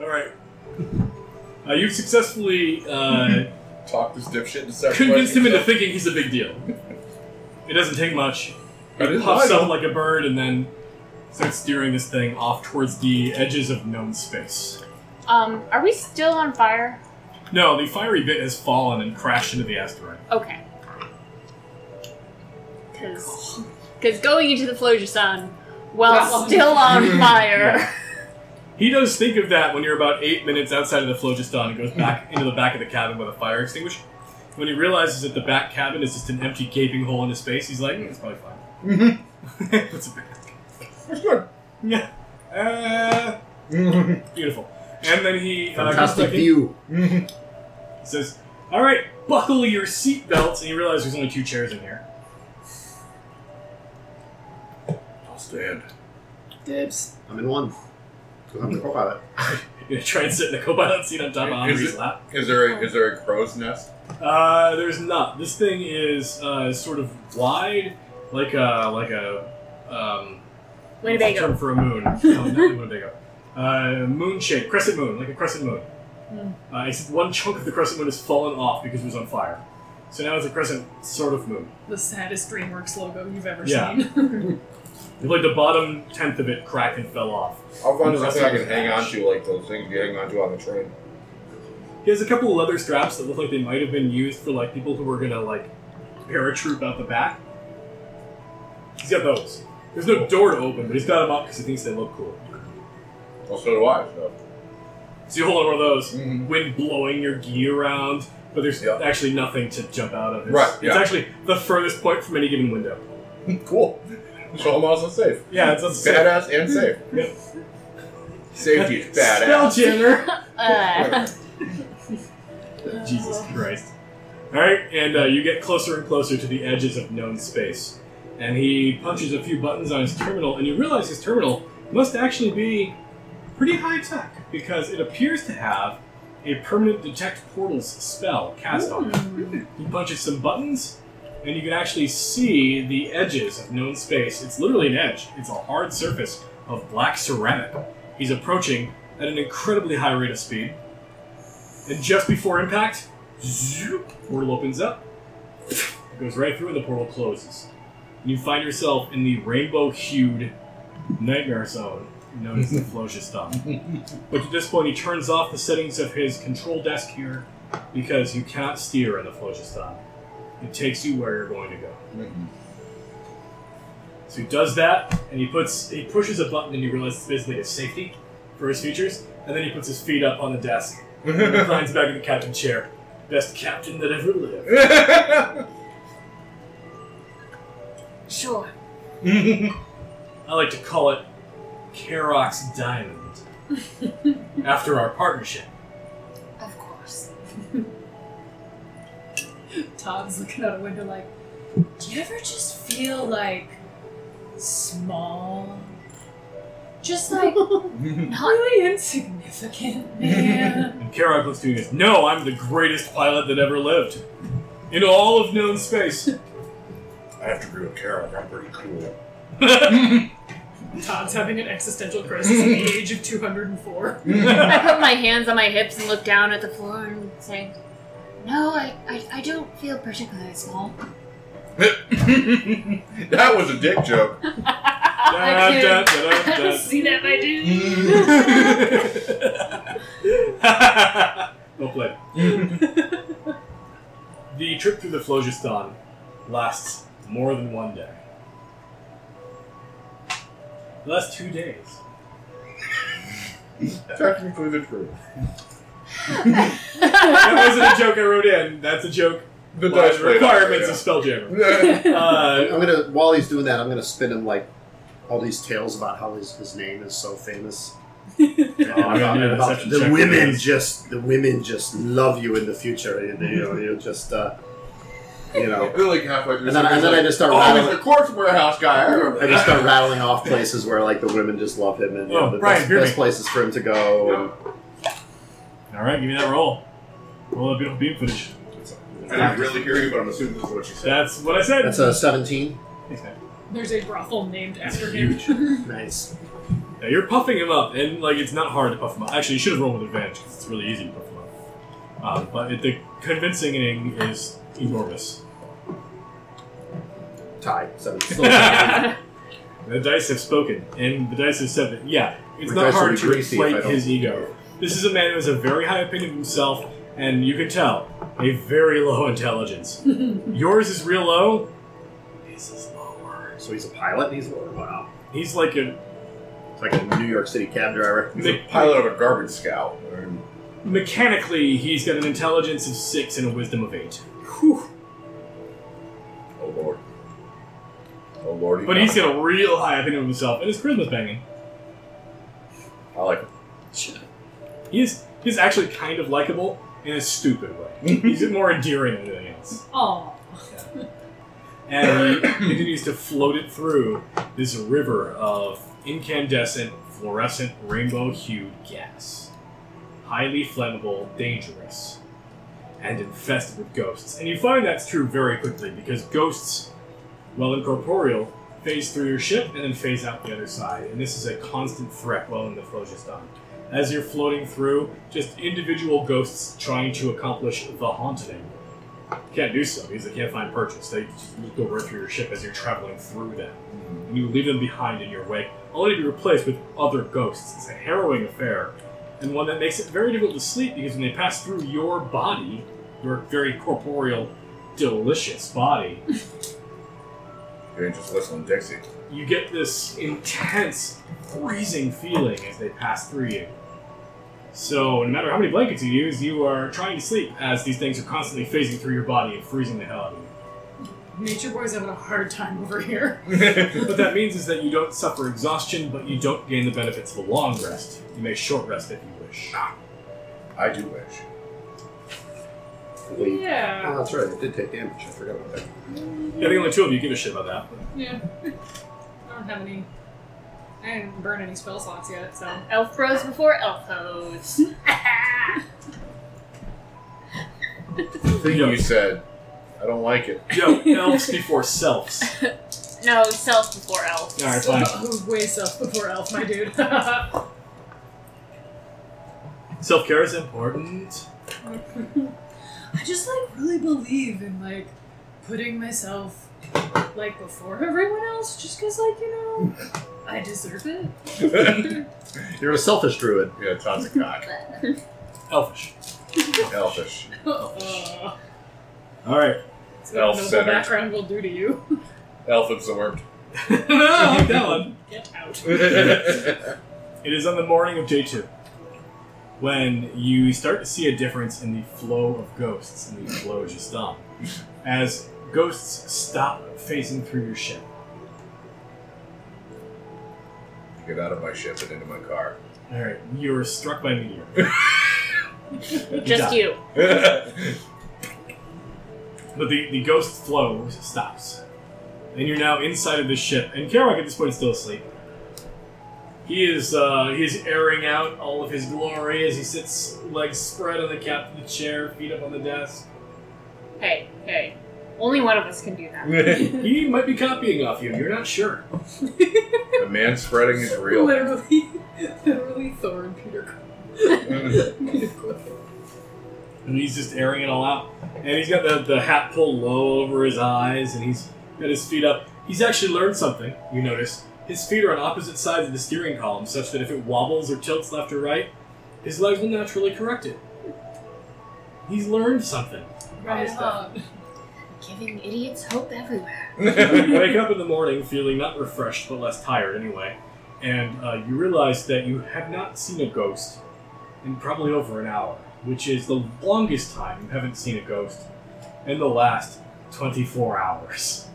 All right. Uh, you've successfully uh, Talk this dipshit into sacrificing convinced him into himself. thinking he's a big deal. It doesn't take much. I He didn't puffs lie, out though. like a bird and then starts steering this thing off towards the edges of known space. Um, are we still on fire? No, the fiery bit has fallen and crashed into the asteroid. Okay. Because going into the Floja Sun while Wow. still on fire. Yeah. He does think of that when you're about eight minutes outside of the phlogiston and goes back into the back of the cabin with a fire extinguisher. When he realizes that the back cabin is just an empty gaping hole into space, he's like, "Mm, it's probably fine. Mhm. That's a bit. It's good. Yeah. Uh, Mhm. beautiful. And then he uh, goes Fantastic back in- view. Mhm. He says, "All right, buckle your seatbelts." And you realize there's only two chairs in here. I'll stand. Dibs. I'm in one. 'Cause I'm the co-pilot. You know, try and sit in the copilot seat on top of Is Henry's it- lap. Is there a, is there a crow's nest? Uh, there's not. This thing is uh, sort of wide, like a like a um, what's the Winnebago. term for a moon. No, not Winnebago. Uh, moon shape, crescent moon, like a crescent moon. Uh, except one chunk of the crescent moon has fallen off because it was on fire. So now it's a crescent sort of moon. The saddest DreamWorks logo you've ever Yeah. seen. Like the bottom tenth of it cracked and fell off. I'll find something I Crosses. can hang on to, like those things you hang on to on the train. He has a couple of leather straps that look like they might have been used for like people who were gonna like paratroop out the back. He's got those. There's no door to open, but he's got them up because he thinks they look cool. Well, so do I. So. So you hold on one of those, Mhm. wind blowing your gi around, but there's Yeah. actually nothing to jump out of. It's, Right, It's yeah. actually the furthest point from any given window. Cool. So I'm also safe. Yeah, it's that's a Badass and safe. Yep. Safety is spell badass. jammer. Uh, Jesus Christ. All right, and uh, you get closer and closer to the edges of known space. And he punches a few buttons on his terminal, and you realize his terminal must actually be pretty high tech because it appears to have a permanent detect portals spell cast on it. He punches some buttons, and you can actually see the edges of known space. It's literally an edge, it's a hard surface of black ceramic. He's approaching at an incredibly high rate of speed. And just before impact, zoop, portal opens up, goes right through, and the portal closes. And you find yourself in the rainbow-hued nightmare zone known as the Flosia stuff. But at this point, he turns off the settings of his control desk here because you cannot steer in the Flosia stuff. It takes you where you're going to go. Mhm. So he does that, and he puts he pushes a button, and you realize it's basically a safety for his features. And then he puts his feet up on the desk, and reclines back in the captain chair. Best captain that ever lived. sure. I like to call it Karox Diamond, after our partnership. Of course. Todd's looking out a window like, do you ever just feel like small? Just like really insignificant, man. And Karox looks to you and goes, "No, I'm the greatest pilot that ever lived in all of known space." I have to agree with Carol. I'm pretty cool. Todd's having an existential crisis at the age of 204. I put my hands on my hips and look down at the floor and say, No, I, I, I don't feel particularly small. that was a dick joke. Da, da, da, da, da. See that, my dude? well played. the trip through the Phlogiston lasts more than one day. It lasts two days. Technically the truth. That wasn't a joke I wrote in. That's a joke. The by dice the laid requirements out, of Spelljammer. yeah. Uh, I'm gonna while he's doing that, I'm gonna spin him like all these tales about how his, his name is so famous. Oh, And I'm gonna about- do a about deception check the for women this. just the women just love you in the future. You, they- you know, you're just uh, you know. They're like halfway through. And then, and then I just start Oh, he's rattling. the corpse warehouse guy. I remember. I just start rattling off places where like the women just love him and you know, Oh, the Brian, best, hear me. best places for him to go. Alright, give me that roll. Roll that beautiful beam footage. I didn't really hear you, but I'm assuming this is what you said. That's what I said. And that's a 17. Thanks, man. There's a brothel named after huge. him. Nice. Yeah, you're puffing him up, and like it's not hard to puff him up. Actually, you should have rolled with advantage 'cause it's really easy to puff him up. Um, but it, the convincing is enormous. Tie. So it's still tied. the dice have spoken, and the dice have said that yeah, it's My not dice will hard be to greasy if I inflate don't- his ego. This is a man who has a very high opinion of himself, and you can tell a very low intelligence. Yours is real low. His is lower. so he's a pilot and he's wow. He's like a It's like a New York City cab driver. He's a pilot of a garbage scout. And mechanically, he's got an intelligence of six and a wisdom of eight. oh lord. Oh lordy. But he's got a real high opinion of himself, and his charisma's banging. I like him. He is he's actually kind of likable in a stupid way. he's more endearing than anything else. Aw. And he continues to float it through this river of incandescent, fluorescent, rainbow hued gas. Highly flammable, dangerous, and infested with ghosts. And you find that's true very quickly because ghosts, while incorporeal, phase through your ship and then phase out the other side. And this is a constant threat while in the Phlogiston. As you're floating through, just individual ghosts trying to accomplish the haunting can't do so because they can't find purchase. They just look over through your ship as you're traveling through them. And you leave them behind in your wake, only to be replaced with other ghosts. It's a harrowing affair, and one that makes it very difficult to sleep because when they pass through your body, your very corporeal, delicious body, You ain't just listening, Dixie. you get this intense, freezing feeling as they pass through you. So, no matter how many blankets you use, you are trying to sleep as these things are constantly phasing through your body and freezing the hell out of you. Nature Boy's having a hard time over here. What that means is that you don't suffer exhaustion, but you don't gain the benefits of a long rest. You may short rest if you wish. I do wish. Wait. Yeah. Oh, that's right. It did take damage. I forgot about that. Yeah, I think only two of you give a shit about that. but- Yeah. I don't have any. I didn't burn any spell slots yet, so. Elf bros before elfos. The thing Yeah. you said, I don't like it. Yo, elves before selves. no, self before elf. Alright, fine. Oh, way self before elf, my dude. Self care is important. I just like really believe in like putting myself like before everyone else just because like you know I deserve it. yeah, You're a selfish druid. Todd's a cock. Elfish. Elfish. Uh, Alright. it's what Elf noble centered. background will do to you. Elf absorbed. no, I like that one. Get out. That's It is on the morning of day two when you start to see a difference in the flow of ghosts and the flow of Justam. As ghosts stop phasing through your ship. Get out of my ship and into my car. Alright, you're struck by a meteor. Yeah. Just you. But the, the ghost flow stops. And you're now inside of the ship. And Kerouac at this point is still asleep. He is uh, he is airing out all of his glory as he sits legs spread on the cap of the chair, feet up on the desk. Hey, hey. Only one of us can do that. the He might be copying off you, you're not sure. man spreading is real. Literally, literally Thor and Peter. And he's just airing it all out. And he's got the, the hat pulled low over his eyes, and he's got his feet up. He's actually learned something, you notice. His feet are on opposite sides of the steering column, such that if it wobbles or tilts left or right, his legs will naturally correct it. He's learned something. Right Nice on. Giving idiots hope everywhere. you wake up in the morning feeling not refreshed, but less tired anyway, and uh, you realize that you have not seen a ghost in probably over an hour, which is the longest time you haven't seen a ghost in the last 24 hours.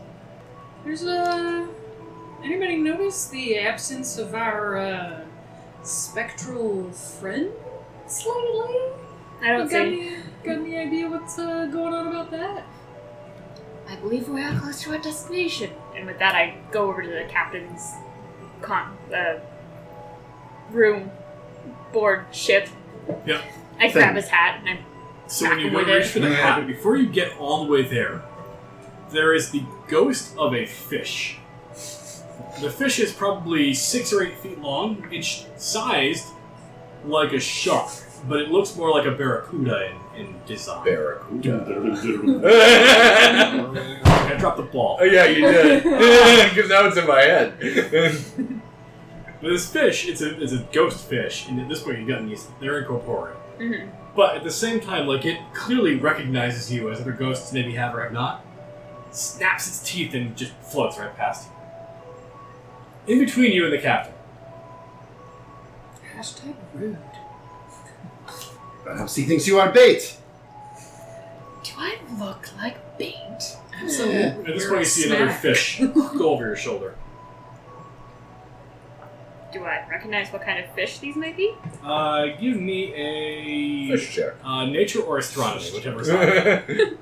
There's a. Anybody notice the absence of our uh, spectral friend slightly? I don't got see. any, got any idea what's uh, going on about that? I believe we are close to our destination. And with that, I go over to the captain's con- uh, room board ship. Yep. I grab his hat and I So when you With go to it. reach for the hat, but before you get all the way there, there is the ghost of a fish The fish is probably six or eight feet long. It's sized like a shark, but it looks more like a barracuda in, in design. Barracuda. Uh, I dropped the ball. Oh, yeah, you did. Because now it's in my head. But this fish, it's a, it's a ghost fish, and at this point you've gotten used they're incorporeal. Mm-hmm. Mhm. But at the same time, like it clearly recognizes you as other ghosts maybe have or have not, snaps its teeth and just floats right past you. In between you and the captain. Hashtag rude. Perhaps he thinks you are bait. Do I look like bait? Absolutely. Yeah. At this You're point you a see another snack. fish go over your shoulder. Do I recognize what kind of fish these might be? Uh, give me a Fish check. uh, nature or astronomy, whichever is higher. That's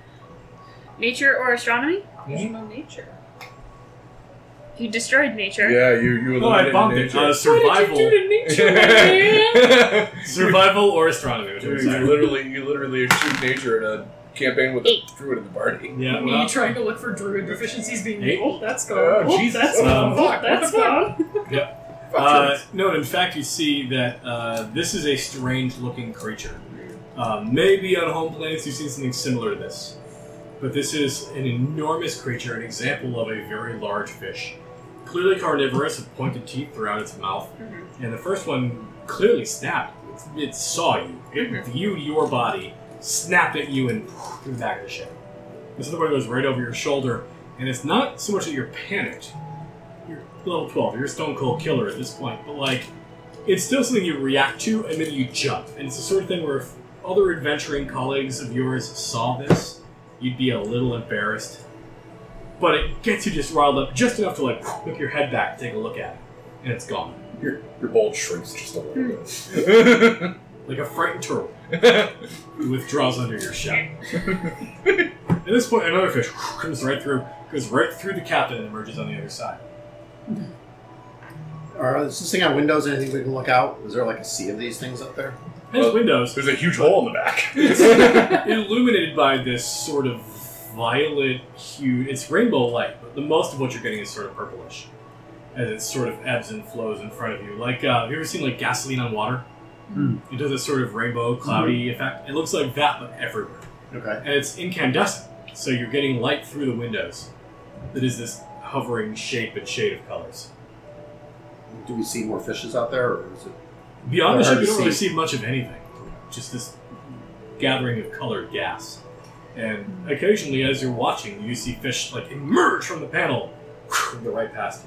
Nature or astronomy? Original nature. You destroyed nature. Yeah, you you Oh, I eliminated bombed it. nature. Uh, What did you survival, do to nature, man? survival or astronomy, you whichever is higher. literally you literally shoot nature in a campaign with a Eight. druid in the party. Yeah, Me well, trying to look for druid deficiencies being Hey. equal. That's Oh, gone. Oh, Jesus. that's Um, gone. fuck, that's gone. Fuck Uh, druids. no, in fact, you see that uh, this is a strange looking creature. Uh, maybe on home planets you've seen something similar to this. But this is an enormous creature, an example of a very large fish. Clearly carnivorous, with pointed teeth throughout its mouth. Mhm. And the first one clearly snapped. It, it saw you, it viewed your body, snapped at you, and threw back the ship. This other one goes right over your shoulder, and it's not so much that you're panicked. You're level 12, you're a stone cold killer at this point, but like, it's still something you react to, and then you jump. And it's the sort of thing where if other adventuring colleagues of yours saw this, you'd be a little embarrassed. But it gets you just riled up just enough to like whip your head back, take a look at it, and it's gone. your your bulge shrinks just a little bit. like a frightened turtle who withdraws under your shell. At this point, another fish comes right through, goes right through the captain and emerges on the other side. Or is this thing on windows? Anything we can look out? Is there like a sea of these things up there? There's Well- windows There's a huge hole in the back. illuminated by this sort of violet hue. It's rainbow light, but the most of what you're getting is sort of purplish, as it sort of ebbs and flows in front of you. Like uh, have you ever seen like gasoline on water? Mm. It does a sort of rainbow cloudy effect. It looks like that, but everywhere. Okay. and it's incandescent, so you're getting light through the windows. That is this hovering shape and shade of colors. Do we see more fishes out there, or is it? Beyond the Hard ship, you to don't really see. see much of anything. Just this gathering of colored gas. And occasionally, as you're watching, you see fish like emerge from the panel and go right past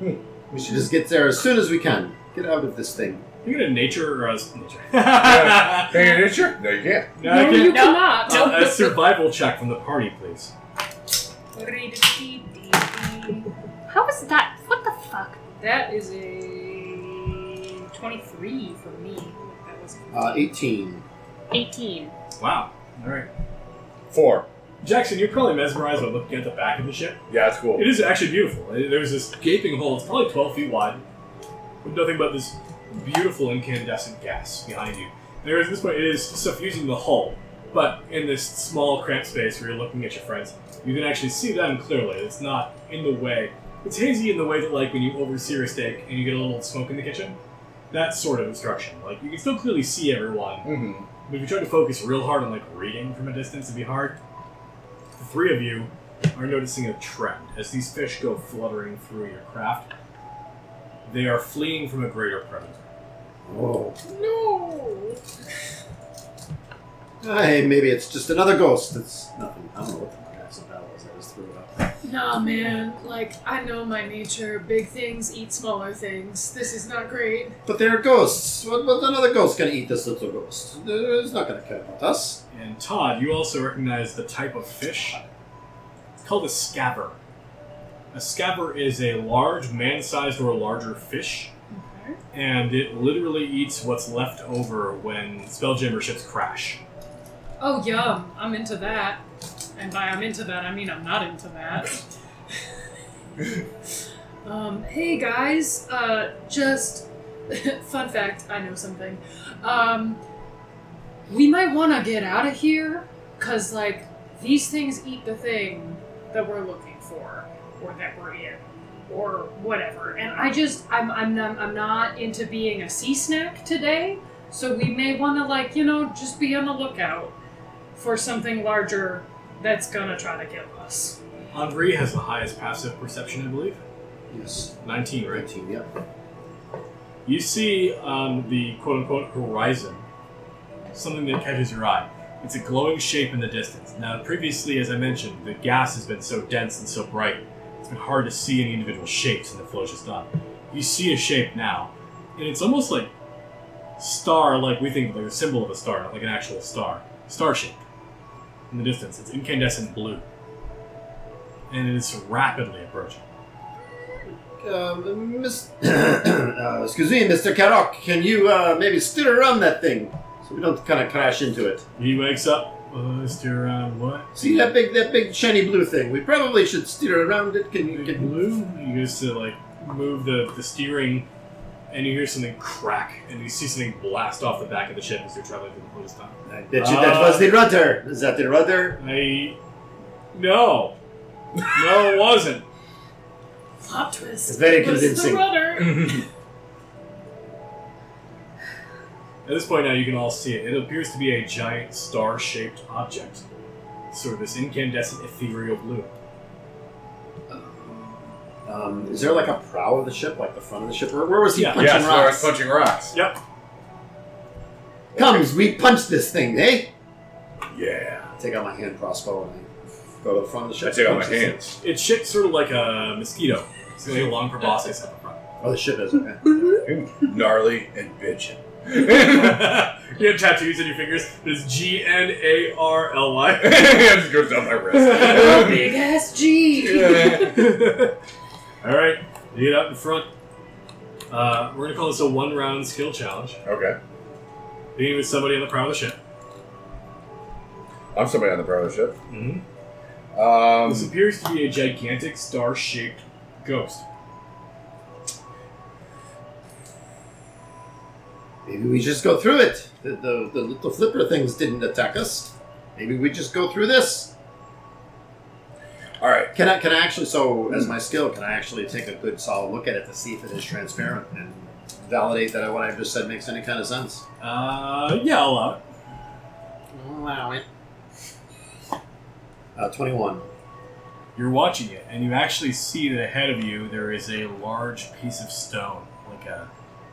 you. We should just get there as soon as we can. Get out of this thing. You get a nature or a nature? Yeah. Hey, nature? No, you can't. No, I no, can't- you No. cannot. Uh, a survival check from the party, please. How was that? What the fuck? That is a 23 for me. That was Uh, 18. 18. Wow. All right, Four. Jackson, you're probably mesmerized by looking at the back of the ship. Yeah, it's cool. It is actually beautiful. It- There's this gaping hole. It's probably 12 feet wide, with nothing but this beautiful incandescent gas behind you. There is this point. It is suffusing the hull, but in this small cramped space where you're looking at your friends, you can actually see them clearly. It's not in the way. It's hazy in the way that, like, when you oversear a steak and you get a little smoke in the kitchen, that sort of obstruction. Like, you can still clearly see everyone, Mm-hmm. but if you try to focus real hard on like reading from a distance, it'd be hard. The three of you are noticing a trend as these fish go fluttering through your craft. They are fleeing from a greater predator. Oh. No! Hey, maybe it's just another ghost. It's nothing. I don't know what the fuck accent that was. I just threw it up. Nah, man. Like, I know my nature. Big things eat smaller things. This is not great. But they're ghosts. What, what another ghost gonna eat this little ghost? It's not gonna care about us. And Todd, you also recognize the type of fish. It's called a scabber. A scabber is a large, man-sized or larger fish, Okay. and it literally eats what's left over when spelljammer ships crash. Oh, yum. I'm into that. And by I'm into that, I mean I'm not into that. um, hey, guys. Uh, just. fun fact I know something. Um, we might want to get out of here because, like, these things eat the thing that we're looking for. or that we're in or whatever. And I just I'm I'm not, I'm not into being a sea snack today, so we may want to like you know just be on the lookout for something larger that's gonna try to kill us. Henri has the highest passive perception, I believe. Yes. 19, right? 19, yep. You see on the quote unquote horizon something that catches your eye. It's a glowing shape in the distance. Now, previously, as I mentioned, the gas has been so dense and so bright, it's been hard to see any individual shapes in the flashes up. You see a shape now, and it's almost like star, like we think, like a symbol of a star, not like an actual star. Star shape in the distance. It's incandescent blue, and it is rapidly approaching. Um, miss, uh, excuse me, Mr. Karok, can you uh, maybe steer around that thing so we don't kind of crash into it? He wakes up. Uh, is there, uh, what? See that big, that big shiny blue thing? We probably should steer around it. Can you? Big Can, blue. You guys to like move the, the steering, and you hear something crack, and you see something blast off the back of the ship as you're traveling through the closest time. I bet you that was Uh. the rudder. Is that the rudder? I no, no, it wasn't. Plot twist. It's very It was the convincing. rudder. At this point now, you can all see it. It appears to be a giant star-shaped object, sort of this incandescent ethereal blue. Um, is there like a prow of the ship, like the front of the ship? Where, where was he Yeah. punching yes, we're rocks? punching rocks. Yep. Comes, we punch this thing, eh? Yeah. Take out my hand crossbow and I go to the front of the ship. I take out my Punch this thing. hands. It's shaped sort of like a mosquito. It's got a long proboscis at the front. Oh, the ship is okay. Gnarly and bitchin'. you have tattoos on your fingers. There's G N A R L Y. it just goes down my wrist. Big ass G. Yeah. All right, you get out in front. Uh, we're gonna call this a one-round skill challenge. okay. Beginning with somebody on the prow of the ship. I'm somebody on the prow of the ship. Mm-hmm. Um, this appears to be a gigantic star-shaped ghost. Maybe we just go through it. The, the, the little flipper things didn't attack us. Maybe we just go through this. all right. Can I? Can I actually? So, as my skill, can I actually take a good solid look at it to see if it is transparent and validate that what I've just said makes any kind of sense? Uh, yeah, I'll allow it. Allow it. Uh, Twenty-one. You're watching it, and you actually see that ahead of you there is a large piece of stone, like a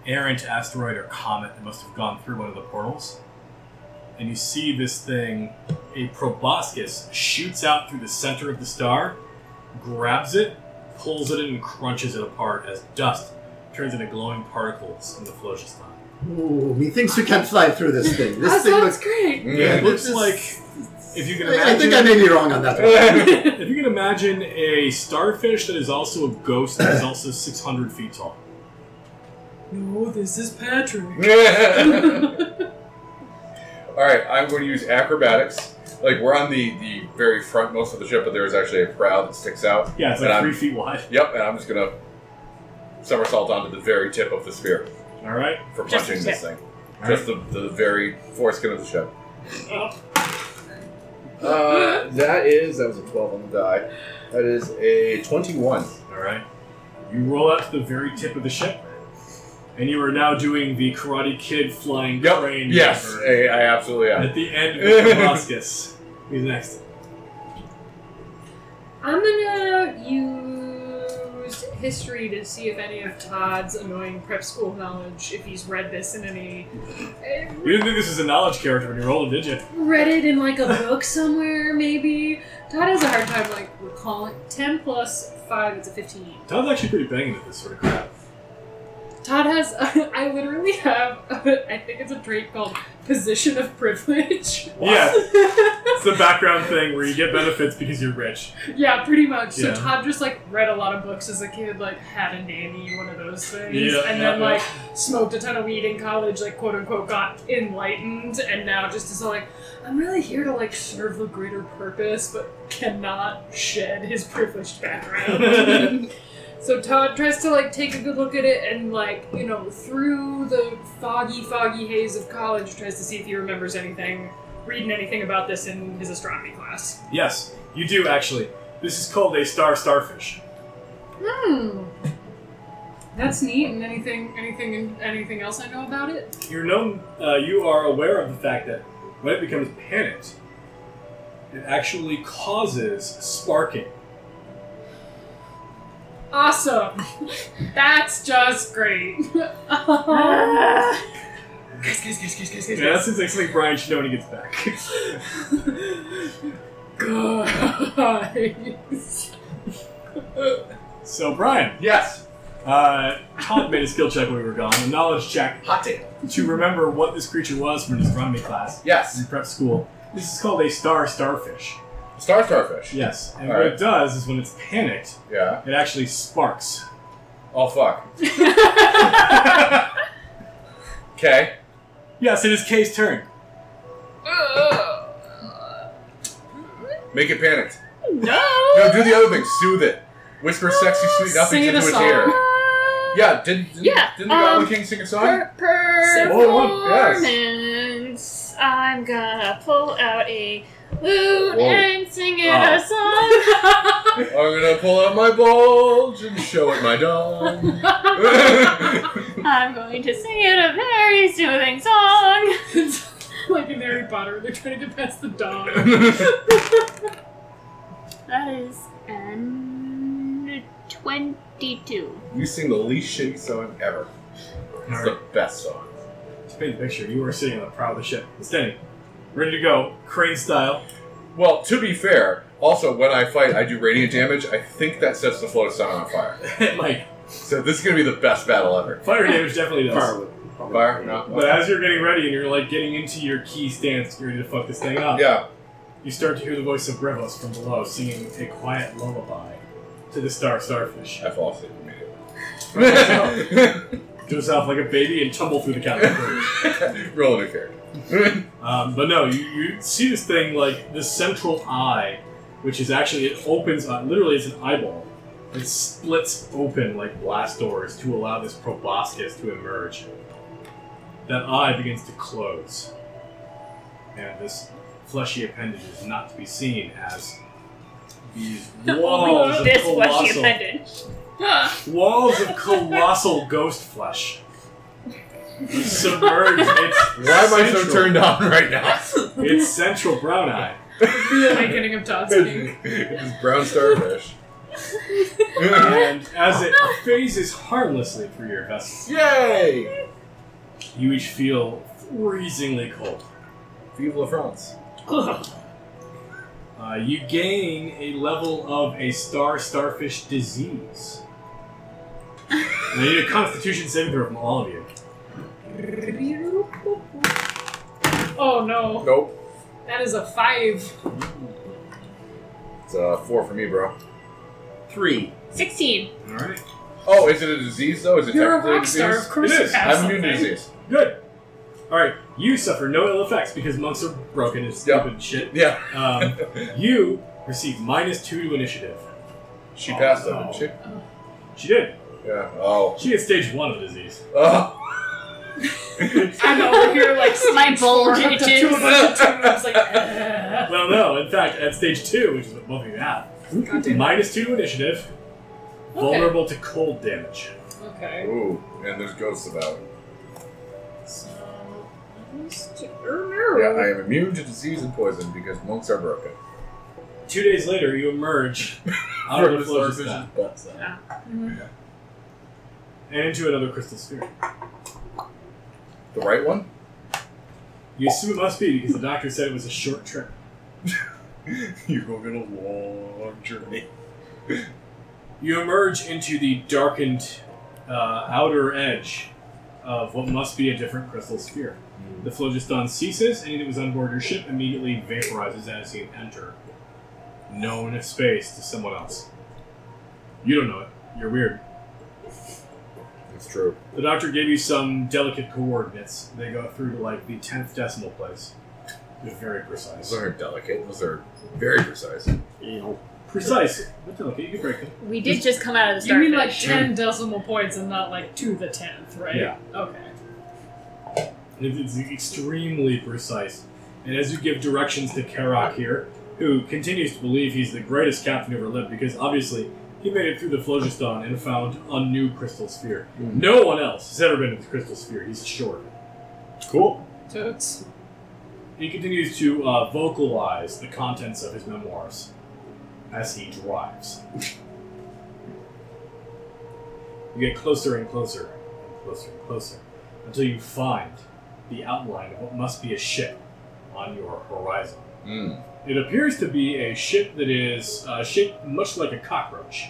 errant asteroid or comet that must have gone through one of the portals. And you see this thing, a proboscis, shoots out through the center of the star, grabs it, pulls it in, and crunches it apart as dust turns into glowing particles in the phlogiston. Ooh, methinks we can fly through this thing. This That thing sounds looks. great. It Yeah. looks This is- like, if you can imagine, I I think I may be wrong on that one. if you can imagine a starfish that is also a ghost that is also 600 feet tall. No, Oh, this is Patrick. all right. I'm going to use acrobatics. Like we're on the the very front most of the ship, but there is actually a prow that sticks out. Yeah, it's And like I'm- three feet wide. Yep, and I'm just gonna somersault onto the very tip of the spear All right. for Just the punching this thing. All Just the, the very foreskin of the ship. Oh. Uh, that is that was a twelve on the die. That is a twenty-one. All right. You roll out to the very tip of the ship, and you are now doing the Karate Kid flying Yep. crane. Yes, maneuver I, I absolutely am. At the end of the proboscis. Who's next? I'm gonna use history to see if any of Todd's annoying prep school knowledge, if he's read this in any. eh, You didn't think this was a knowledge character when you rolled it, did you? Read it in like a book somewhere, maybe. Todd has a hard time like recalling. 10 plus 5, it's a 15. Todd's actually pretty banging at this sort of crap. Todd has. I literally have. I think it's a trait called position of privilege. Yeah. It's the background thing where you get benefits because you're rich. yeah, pretty much. Yeah. So Todd just like read a lot of books as a kid, like had a nanny, one of those things, Yeah, and yeah, then yeah. like smoked a ton of weed in college, like quote unquote got enlightened, and now just is like, I'm really here to like serve a greater purpose, but cannot shed his privileged background. So Todd tries to like take a good look at it and like you know through the foggy, foggy haze of college, tries to see if he remembers anything, reading anything about this in his astronomy class. Yes, you do actually. This is called a star starfish. Hmm. That's neat. And anything, anything, anything else I know about it? You're known, uh, you are aware of the fact that when it becomes panicked, it actually causes sparking. Awesome. That's just great. Guys, guys, guys, guys, guys, guys, Yeah, that guys. seems like something Brian should know when he gets back. Guys. so, Brian, Yes. uh, Todd made a skill check when we were gone, a knowledge check Hot tip. to remember what this creature was from an astronomy class in Yes. prep school. This is called a star starfish. Star starfish. Yes, and All what right. it does is when it's panicked, Yeah. it actually sparks. Oh fuck. Okay. Yes, it is Kay's turn. Make it panicked. no. No, do the other thing. Soothe it. Whisper sexy sweet Sing nothings it a into its song. ear. Yeah. Didn't, didn't Yeah, Didn't the Goblin um, King sing a song? er, Per- Oh, yes. performance. I'm gonna pull out a lute Whoa. and sing it Wow. a song. uh, I'm gonna pull out my bulge and show it my dong. I'm going to sing it a very soothing song. It's like in Harry Potter, they're trying to pass the dog. That is an twenty-two. you sing the least shitty song ever. It's the best song. To paint the picture, you are sitting on the prow of the ship, standing, ready to go, crane style. Well, to be fair, also when I fight, I do radiant damage. I think that sets the float sound on fire. like So this is gonna be the best battle ever. fire damage definitely does. Fire would probably- Fire? No. But as you're getting ready and you're like getting into your key stance, you're ready to fuck this thing up. Yeah. You start to hear the voice of Brevos from below singing a quiet lullaby to the star starfish. I fall asleep immediately. Do yourself like a baby and tumble through the cabin. Roll a new character. Um, but no, you, you see this thing like the central eye, which is actually it opens up literally it's an eyeball. It splits open like blast doors to allow this proboscis to emerge. That eye begins to close, and this fleshy appendage is not to be seen as these walls of this was the colossal appendage. walls of colossal ghost flesh submerge its. Why am I so central- turned on right now? It's central brown eye. the awakening of Todd's King. it's brown starfish. And as it phases harmlessly through your vessel, Yay! you each feel freezingly cold. Vive la France. Oh, Uh, you gain a level of a star starfish disease. And I need a constitution saving throw from all of you. Oh no, Nope. that is a five. It's uh, four for me, bro. Three. Sixteen. Alright. Oh, is it a disease though? Is it You're a technically rock star, disease? of course It you is. have I'm immune to something. disease. Good. Alright. You suffer no ill effects because monks are broken and stupid shit. Yeah, Um, you receive minus two to initiative. she Oh, passed no. them, didn't She did. she? Yeah. Oh. She had stage one of the disease. Oh. I'm over here like My bulge sitting itches. forward, up to two, up to two, I was like, eh. Well, no. In fact, at stage two, which is what both of you have, God damn it. Minus two to initiative. Okay. Vulnerable to cold damage. Okay. Ooh, and there's ghosts about. So, Yeah, I am immune to disease and poison because monks are broken. Two days later, you emerge out of the From floating starfish's stack butt, so. and into another crystal sphere. The right one? You assume it must be because the doctor said it was a short trip. You're going on a long journey. You emerge into the darkened uh, outer edge of what must be a different crystal sphere. The phlogiston ceases, and it was on board your ship immediately vaporizes as you enter known space to someone else. You don't know it. You're weird. It's true. The doctor gave you some delicate coordinates. They go through to like the tenth decimal place. They're very precise. Those aren't delicate. Those are very precise. Precise. Not delicate. You can break them. We did just come out of the You mean like starfish. ten decimal points and not like to the tenth, right? Yeah. Okay. It- It's extremely precise. And as you give directions to Karak here, who continues to believe he's the greatest captain who ever lived, because obviously He made it through the phlogiston and found a new crystal sphere. Mm. No one else has ever been to the crystal sphere. He's sure. of it. Cool. Totes. He continues to uh, vocalize the contents of his memoirs as he drives. you get closer and closer and closer and closer until you find the outline of what must be a ship on your horizon. Mm. It appears to be a ship that is uh, shaped much like a cockroach,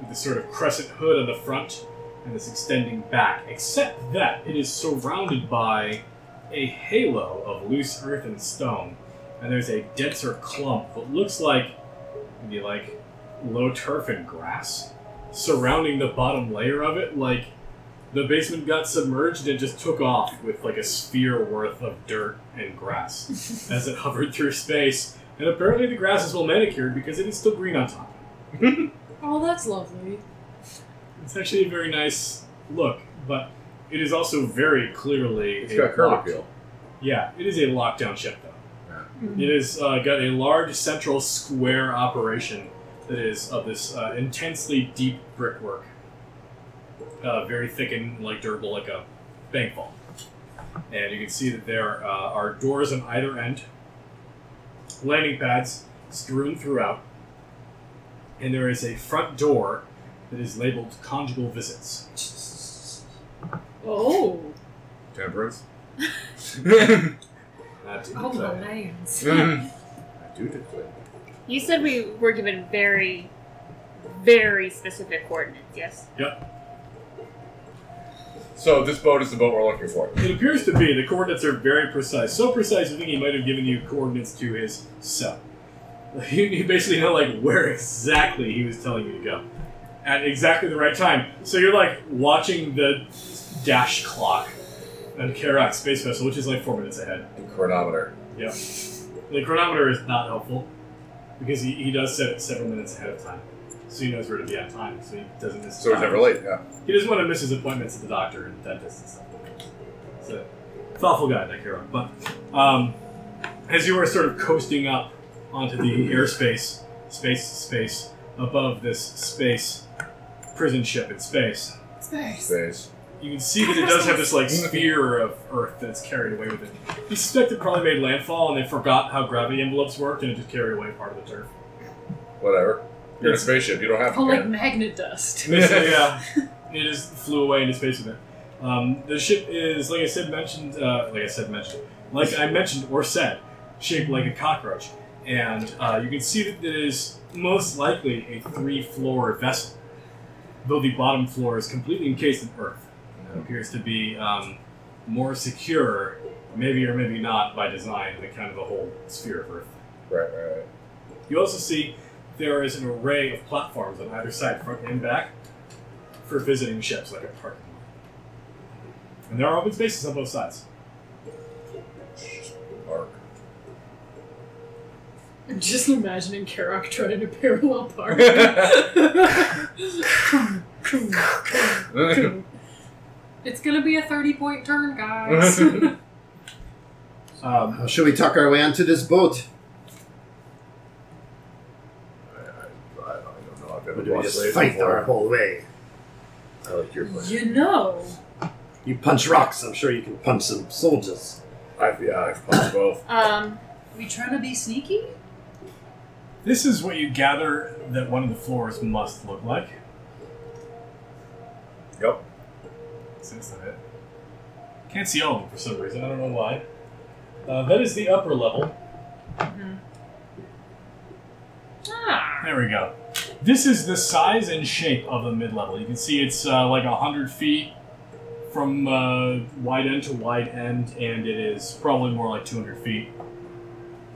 with this sort of crescent hood on the front and this extending back, except that it is surrounded by a halo of loose earth and stone, and there's a denser clump that looks like maybe like low turf and grass surrounding the bottom layer of it, like the basement got submerged and just took off with like a sphere worth of dirt and grass as it hovered through space. And apparently the grass is well manicured because it is still green on top. Oh, that's lovely. It's actually a very nice look, but it is also very clearly It's a got curb locked- appeal. Yeah, it is a lockdown ship though. It has uh, got a large central square operation that is of this uh, intensely deep brickwork, uh, very thick and like durable, like a bank vault. And you can see that there uh, are doors on either end, landing pads strewn throughout, and there is a front door that is labeled conjugal visits. Oh. Temperance. Hmm. That's Oh, the lands. Mm. I do declare. You said we were given very, very specific coordinates, yes? So this boat is the boat we're looking for. It appears to be. The coordinates are very precise. So precise, I think he might have given you coordinates to his cell. You you basically know, like, where exactly he was telling you to go. At exactly the right time. So you're, like, watching the dash clock on Karak's space vessel, which is, like, four minutes ahead. The chronometer. Yep. The chronometer is not helpful because he, he does set it several minutes ahead of time. So he knows where to be on time, so he doesn't miss So he's time. never late. Yeah. He doesn't want to miss his appointments at the doctor and the dentist and stuff. He's a thoughtful guy, that Kara. But um, as you are sort of coasting up onto the airspace, space, space, above this space, prison ship in space, Space. Space. you can see that it does have this like sphere of Earth that's carried away with it. You suspect it probably made landfall and they forgot how gravity envelopes worked and it just carried away part of the turf. Whatever. You're in a It's- spaceship. You don't have to. Oh, like care. magnet dust. Basically, yeah. uh, It just flew away into space with it. Um, the ship is, like I said, mentioned, uh, like I said, mentioned, like I mentioned or said, shaped like a cockroach. And uh, you can see that it is most likely a three floor vessel, though the bottom floor is completely encased in earth. It appears to be um, more secure, maybe or maybe not, by design, than kind of the whole sphere of earth. Right, right, right. You also see there is an array of platforms on either side, front and back, for visiting ships, like a parking lot. And there are open spaces on both sides. Arc. I'm just imagining Karak trying to parallel park. it's gonna be a 30 point turn, guys. Um, How should we tuck our way onto this boat? I, I, I don't know. I've Or never do we watched just Blade fight before. our whole way? I like your plan. you know. You punch rocks. I'm sure you can punch some soldiers. I've yeah, I've punched both. Um, We trying to be sneaky? this is what you gather that one of the floors must look like. Yep. Since that it. Can't see all of them for some reason. I don't know why. Uh, that is the upper level. Ah. There we go. This is the size and shape of the mid level. You can see it's uh, like 100 feet from uh, wide end to wide end, and it is probably more like 200 feet.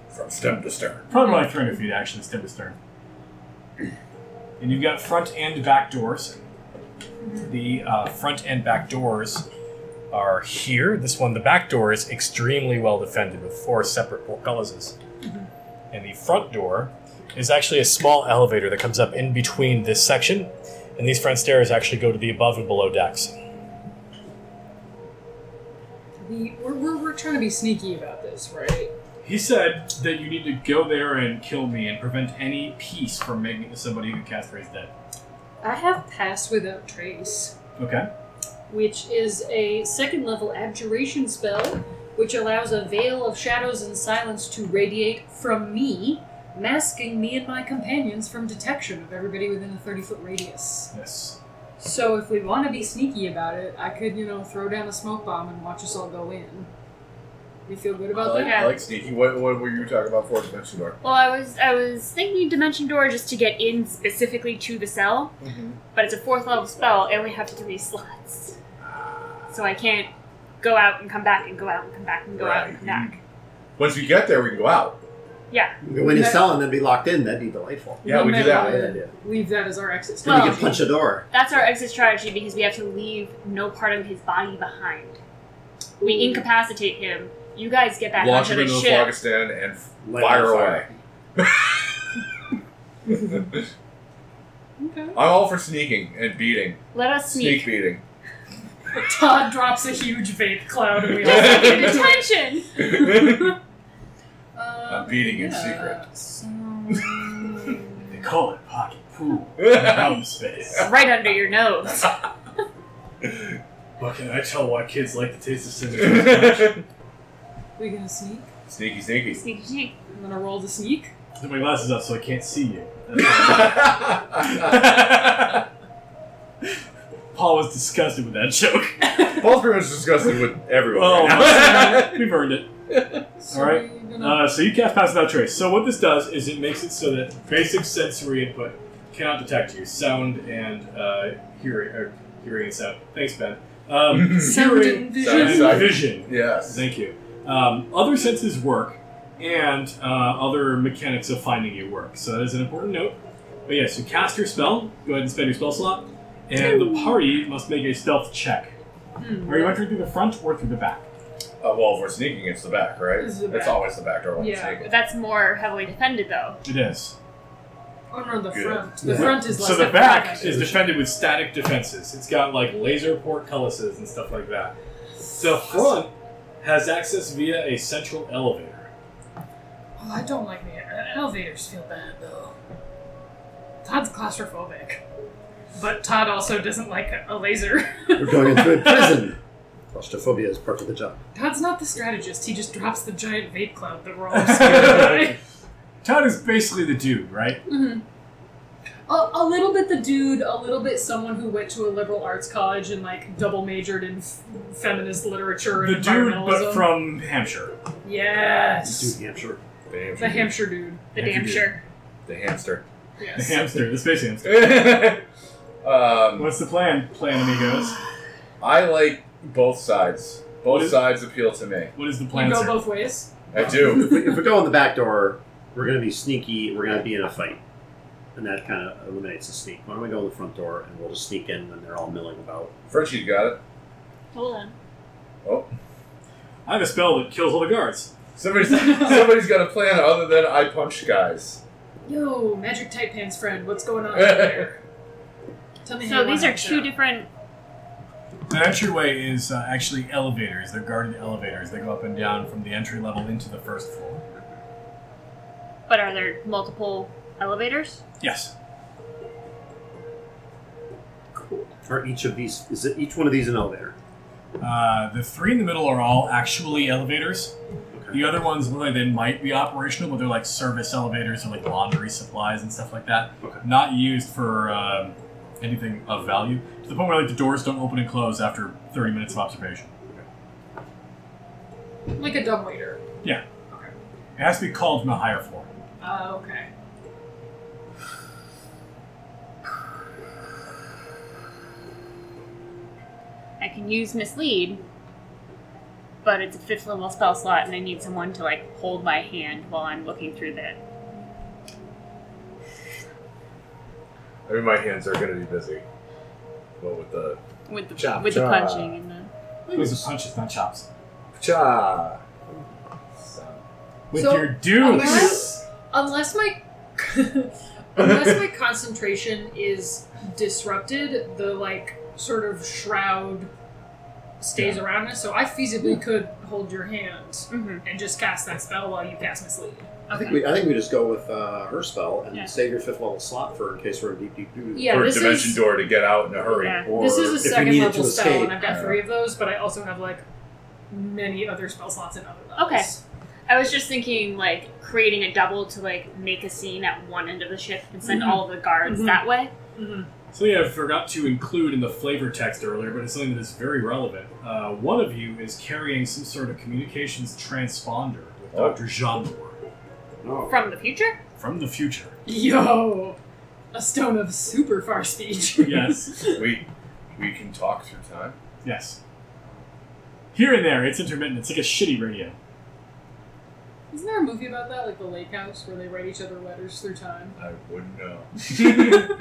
From stem to stern. Probably like 300 feet, actually, stem to stern. And you've got front and back doors. The uh, front and back doors are here. This one, the back door, is extremely well defended with four separate portcullises. And the front door is actually a small elevator that comes up in between this section. And these front stairs actually go to the above and below decks. We, we're, we're, we're trying to be sneaky about this, right? He said that you need to go there and kill me and prevent any peace from making it to somebody who can cast Raise Dead. I have Pass Without Trace, Okay. which is a second level abjuration spell which allows a veil of shadows and silence to radiate from me, masking me and my companions from detection of everybody within a 30 foot radius. Yes. So if we want to be sneaky about it, I could, you know, throw down a smoke bomb and watch us all go in. You feel I good about like, that? I like sneaky. What, what were you talking about for dimension door? Well, I was I was thinking dimension door just to get in specifically to the cell, but it's a fourth level spell. I only have three slots, so I can't go out and come back and go out and come back and go out and come Right. back. Once we get there, we can go out. Yeah. Go in his cell and then be locked in. That'd be delightful. Yeah, we do that. Bad idea. Leave that as our exit. Then Well- we can punch a door. That's our exit strategy because we have to leave no part of his body behind. We incapacitate him. You guys get back Launch onto him the into the ship. Phlogiston and Light fire on away. okay. I'm all for sneaking and beating. Let us Sneak sneak. beating. Todd drops a huge vape cloud and we all Just get get into it. attention. I'm beating in secret. Um, So, They call it pocket pool. That's Gnome space. right under your nose. But can I tell why kids like the taste of cinnamon? so much? right. we gonna sneak? sneaky, sneaky. Sneaky sneak. I'm gonna roll the sneak. Put my glasses up so I can't see you. Paul was disgusted with that joke. Paul's pretty much disgusted with everyone. Oh, right now. we've earned it. So All right. we're gonna- Uh, so you cast Pass Without Trace. So what this does is it makes it so that basic sensory input cannot detect you. Sound and uh, hearing, or hearing and sound. Thanks, Ben. Um, Sound hearing and Sound vision. and sight. and vision yes. Thank you. Um, other senses work, and uh, other mechanics of finding you work. So that is an important note. But yes, you cast your spell. Go ahead and spend your spell slot, and the party must make a stealth check. Hmm. Are you entering through the front or through the back? Uh, well, if we're sneaking, it's the back, right? It's the back. always the back door when Yeah. we're But sneaking. that's more heavily defended, though. It is. Oh no, the Good. front. The Yeah. front is less So the than back five. is defended with static defenses. It's got like laser portcullises and stuff like that. The front has access via a central elevator. Oh, I don't like the uh, elevators. Feel bad though. Todd's claustrophobic, but Todd also doesn't like a laser. We're going into a prison. Claustrophobia is part of the job. Todd's not the strategist. He just drops the giant vape cloud that we're all scared by. Todd is basically the dude, right? Mhm. A, a little bit the dude, a little bit someone who went to a liberal arts college and like double majored in f- feminist literature and The dude, but environmentalism. from Hampshire. yes, New Hampshire. The hamster. the Hampshire dude. The Yes, you damn do. sure. The hamster. The Yes. hamster, the space hamster. um, What's the plan, plan amigos? I like both sides. What Both is- sides appeal to me. What is the You plan, go sir? both ways. I do. If we, if we go in the back door, we're going to be sneaky. We're going to be in a fight. And that kind of eliminates the sneak. Why don't we go in the front door and we'll just sneak in when they're all milling about? Frenchie, you got it. Hold on. Oh, I have a spell that kills all the guards. somebody's somebody's got a plan other than I punch guys. Yo, magic tight pants friend, what's going on over there? Tell me. how So you these wanna are two help you different. The entryway is uh, actually elevators. They're guarded elevators. They go up and down from the entry level into the first floor. But are there multiple elevators? Yes. Are each of these, is it each one of these an elevator? Uh, the three in the middle are all actually elevators. The other ones, really, they might be operational, but they're like service elevators or like laundry supplies and stuff like that. Okay. Not used for um, anything of value. To the point where like the doors don't open and close after 30 minutes of observation. out? Like a dumb waiter. It has to be called from a higher floor. Uh, okay. I can use mislead, but it's a fifth level spell slot, and I need someone to like hold my hand while I'm looking through that. I mean, my hands are gonna be busy. Well, with the With the Chop, with chop. the punching and the Those are punches, not chops. cha. With So, your dukes. Unless, unless my unless my concentration is disrupted, the like sort of shroud stays around us. So I feasibly could hold your hand Mhm. and just cast that spell while you cast mislead. I think we I think we just go with uh, her spell and Yeah. save your fifth level slot for in case we're in deep deep doo. Yeah, or this dimension is- door to get out in a hurry. Yeah. Or This is if we a second needed level to spell, escape. and I've got Yeah. three of those, but I also have like many other spell slots in other levels. Okay. I was just thinking, like, creating a double to, like, make a scene at one end of the ship and send Mhm. all of the guards Mhm. that way. hmm Something I forgot to include in the flavor text earlier, but it's something that is very relevant. Uh, one of you is carrying some sort of communications transponder with Oh. Dr. Jandor No. From the future? from the future. Yo, a stone of super far speech. Yes. we we can talk through time. yes. Here and there, it's intermittent. It's like a shitty radio. Isn't there a movie about that, like The Lake House, where they write each other letters through time? I wouldn't know.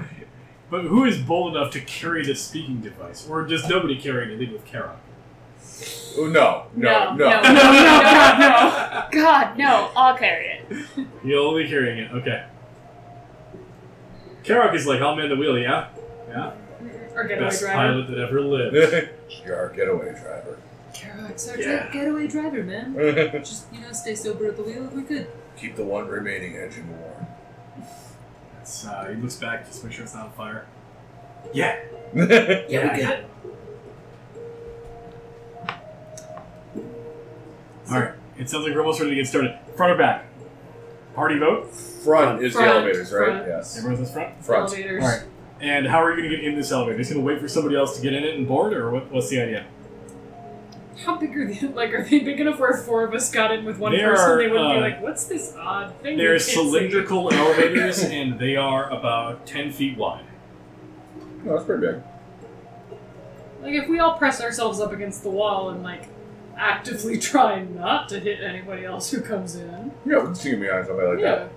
But who is bold enough to carry this speaking device? Or does nobody carry it and leave with Kara? Oh, no, no, No, no. no. no, God, no, I'll carry it. You'll only be hearing it. Okay. Karok is like, I'll man the wheel, yeah? Yeah. Or Getaway Best Driver. pilot that ever lived. You're our getaway driver. Carol, it's our Yeah. getaway driver, man. Just, you know, stay sober at the wheel if we could. Keep the one remaining engine warm. That's, uh, he looks back, just make sure it's not on fire. Yeah. Yeah, we got it. Alright. It sounds like we're almost ready to get started. Front or back? Party vote? front is Front, the elevators, right? front. Yes. Everyone says front? Front. Elevators. Alright. And how are you going to get in this elevator? Just going to wait for somebody else to get in it and board, or what, what's the idea? How big are they? Like, are they big enough where if four of us got in with one They person? are, they wouldn't uh, be like, what's this odd thing? They're you kids say?" cylindrical elevators, and they are about 10 feet wide. No, that's pretty big. Like, if we all press ourselves up against the wall and, like, actively try not to hit anybody else who comes in. Yeah, we can see me on somebody like yeah. that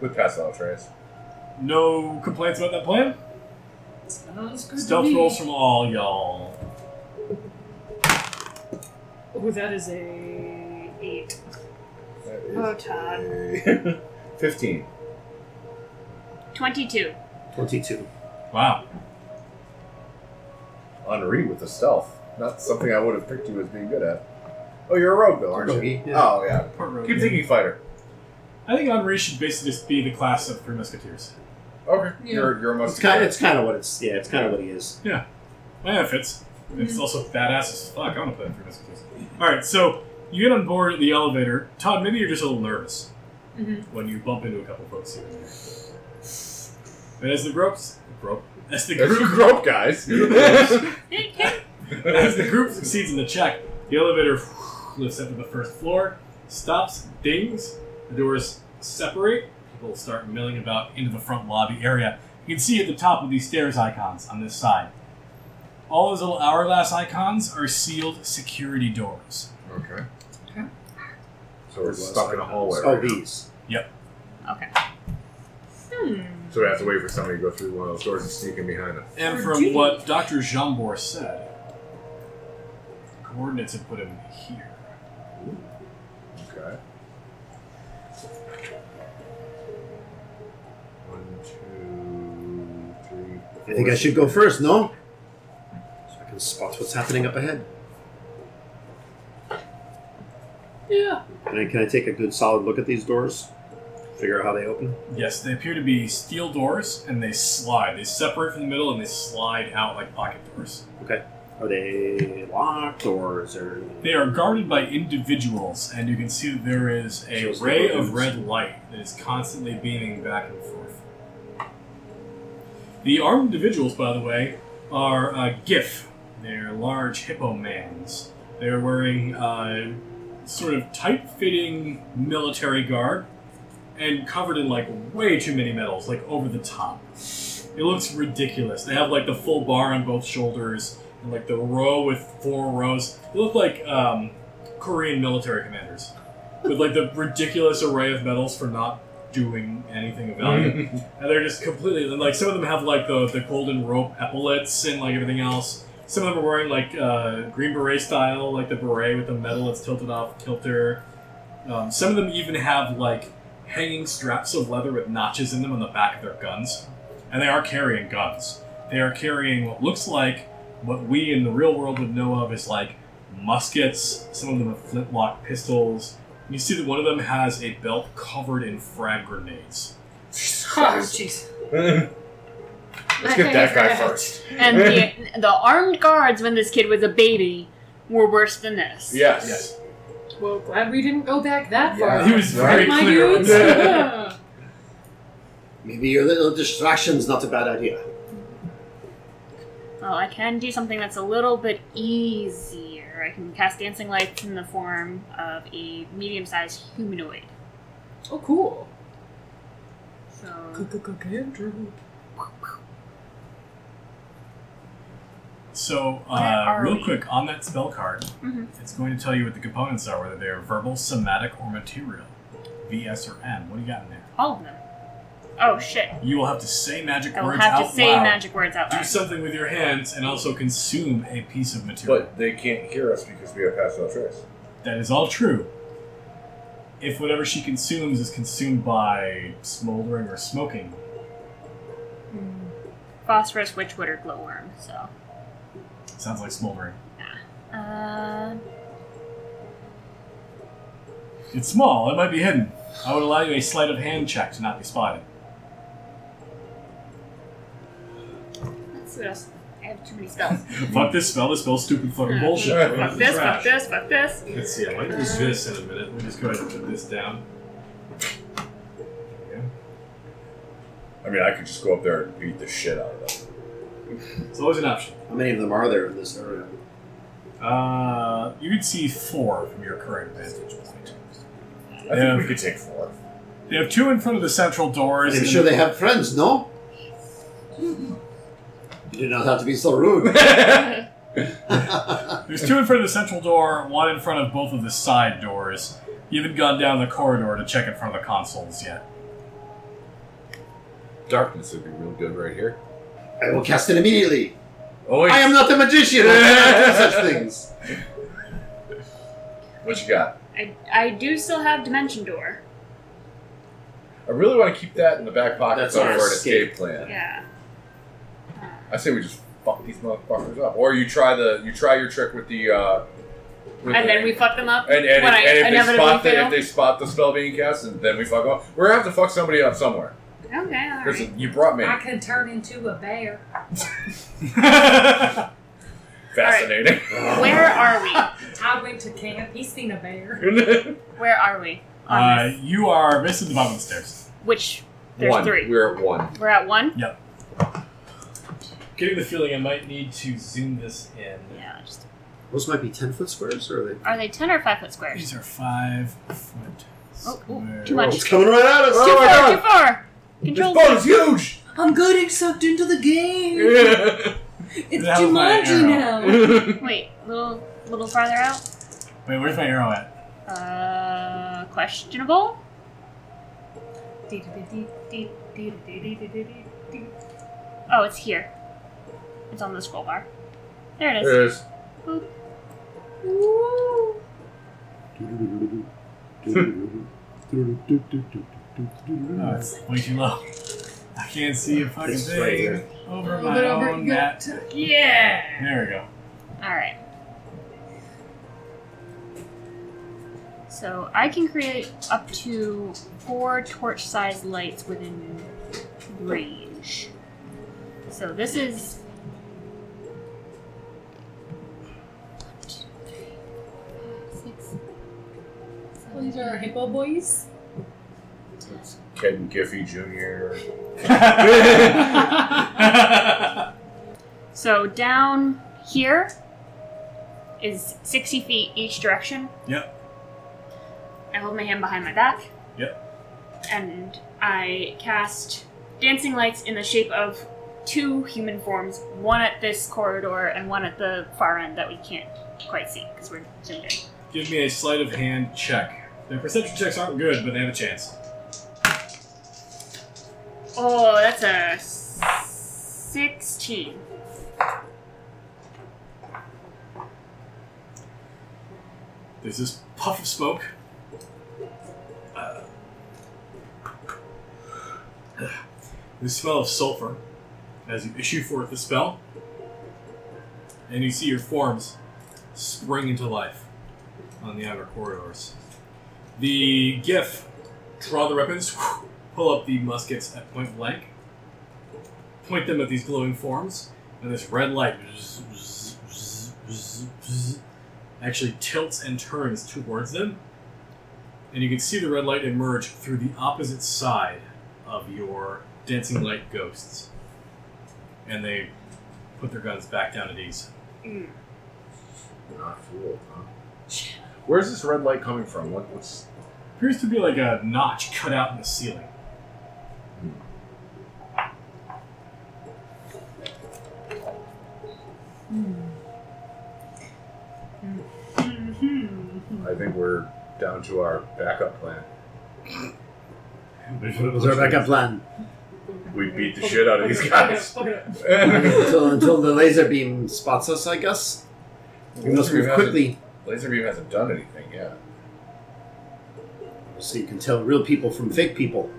with pastel trays. No complaints about that plan? Sounds good. to Stealth me. rolls from all y'all. Oh, that is a eight. That Oh, Todd. is Fifteen. 22. Twenty-two. Wow. Henri with the stealth. Not something I would have picked you as being good at. Oh, you're a rogue though, aren't you? Rogue, yeah. Oh yeah. Keep thinking fighter. I think Henri should basically just be the class of Three Musketeers. Okay. Yeah. You're you're a It's kind of musketeer. it's kind of what it's yeah it's kind of what he is. My outfits. It's also badass as fuck. I want to play Three Musketeers. Alright, so you get on board the elevator. Todd, maybe you're just a little nervous Mhm. when you bump into a couple folks here. and there. And as the groups, group, as the That's group your group, guys. As the group succeeds in the check, the elevator lifts up to the first floor, stops, dings, the doors separate, people start milling about into the front lobby area. You can see at the top of these stairs icons on this side. All those little hourglass icons are sealed security doors. okay. Okay. So we're stuck in a hallway. Oh, right now. these. Hmm. So we have to wait for somebody to go through one of those doors and sneak in behind them. And For from duty. what Dr. Jambor said, coordinates have put him here. Okay. One, two, three. I think I should go first. No. So I can spot what's happening up ahead. Yeah. Can I, can I take a good solid look at these doors? Figure out how they open. Yes, they appear to be steel doors and they slide. They separate from the middle and they slide out like pocket doors. Are they locked or is there? They are guarded by individuals, and you can see that there is So a it's ray like- of red light that is constantly beaming back and forth. The armed individuals, by the way, are uh, GIF. They're large hippo mans. They're wearing uh, sort of tight fitting military garb and covered in like way too many medals, like over the top. It looks ridiculous. They have like the full bar on both shoulders and like the row with four rows. They look like um, Korean military commanders with like the ridiculous array of medals for not doing anything of value. And they're just completely and, like some of them have like the, the golden rope epaulets and like everything else. Some of them are wearing like uh, green beret style, like the beret with the medal that's tilted off kilter. Um, some of them even have like hanging straps of leather with notches in them on the back of their guns, and they are carrying guns. They are carrying what looks like what we in the real world would know of as like muskets. Some of them have flintlock pistols. You see that one of them has a belt covered in frag grenades. Oh, Let's jeez. get that guy first. And the, the armed guards, when this kid was a baby, were worse than this. Yes. Well, glad we didn't go back that Yeah. far. He was very Right, my clear. on dudes. that. Yeah. Maybe your little distraction's not a bad idea. Well, I can do something that's a little bit easier. I can cast Dancing Lights in the form of a medium sized humanoid. Oh, cool. So, Cantrip. So, Where uh, are real we? quick on that spell card, Mhm. it's going to tell you what the components are, whether they are verbal, somatic, or material. VS or M. What do you got in there? all of them. Oh, shit. You will have to say magic I will words have out to say loud. magic words out Do loud. something with your hands and also consume a piece of material. But they can't hear us because we have pass without trace. that is all true. If whatever she consumes is consumed by smoldering or smoking, Phosphorus, witchwood, or glowworm. So, sounds like smoldering. uh, It's small. It might be hidden. I would allow you a sleight of hand check to not be spotted. let's see what else. I have too many spells. Fuck this spell. This spell's stupid fucking bullshit. Fuck Throw it in fuck the this, trash. fuck this, fuck this. Let's see, I might use this in a minute. Let me just go ahead and put this down. There I mean, I could just go up there and beat the shit out of them. we go. It's always an option. How many of them are there in this area? Uh, you could see four from your current vantage point. I Yeah. think we could take four. They have two in front of the central doors. I'm and- sure they have friends, no? You do not have to be so rude. There's two in front of the central door, one in front of both of the side doors. You haven't gone down the corridor to check in front of the consoles yet. Darkness would be real good right here. I will cast it immediately. Oh, wait. I am not a magician. I cannot do such things. What you got? I, I do still have Dimension Door. I really want to keep that in the back pocket That's though, for our an escape. escape, plan. Yeah. I say we just fuck these motherfuckers up, or you try the you try your trick with the. Uh, with And the- then we fuck them up And, and, when I if, and if, they inevitably spot the, fail. if they spot the spell being cast, and then we fuck off. We're gonna have to fuck somebody up somewhere. Okay, all right. Listen, you brought me. I can turn into a bear. Fascinating. Where are we? Todd went to camp. He's seen a bear. Where are we? On uh, this? you are basically the bottom of the stairs. Which there's one. three. We're at one. We're at one. Getting the feeling I might need to zoom this in. Yeah. Just, Those might be ten foot squares, or are they? are they ten or five foot squares? These are five foot. Oh, oh, squares. too much. It's coming right at us. too Oh my far. God. Too far. Control. This boat is huge. I'm getting sucked into the game. It's That was my Jumanji arrow. now. Wait, little little farther out. Wait, where's my arrow at? Uh, questionable. Oh, it's here. It's on the scroll bar. There it is. there it is. Oh, it's way too low. I can't see a fucking It's right thing here. over A little my bit over- own go- net. Yeah. There we go. All right. So I can create up to four torch-sized lights within range. So this is. Six, seven, These are our hippo boys. Ken Giffey Jr. So down here is 60 feet each direction. Yep. I hold my hand behind my back. Yep. And I cast dancing lights in the shape of two human forms, one at this corridor and one at the far end that we can't quite see because we're zoomed in. Give me a sleight of hand check. Their perception checks aren't good, but they have a chance. Oh, that's a 16. There's this puff of smoke. Uh, the smell of sulfur as you issue forth the spell, and you see your forms spring into life on the outer corridors. The GIF, draw the weapons, pull up the muskets at point blank, point them at these glowing forms, and this red light actually tilts and turns towards them. And you can see the red light emerge through the opposite side of your dancing light ghosts. And they put their guns back down at ease. Mm. You're not fooled, huh? Where's this red light coming from? What, what's Appears to be like a notch cut out in the ceiling. I think we're down to our backup plan. Was our backup plan We beat the shit out of these guys. Look at until until the laser beam spots us? I guess we must move quickly. Laser beam hasn't done anything yet. So you can tell real people from fake people.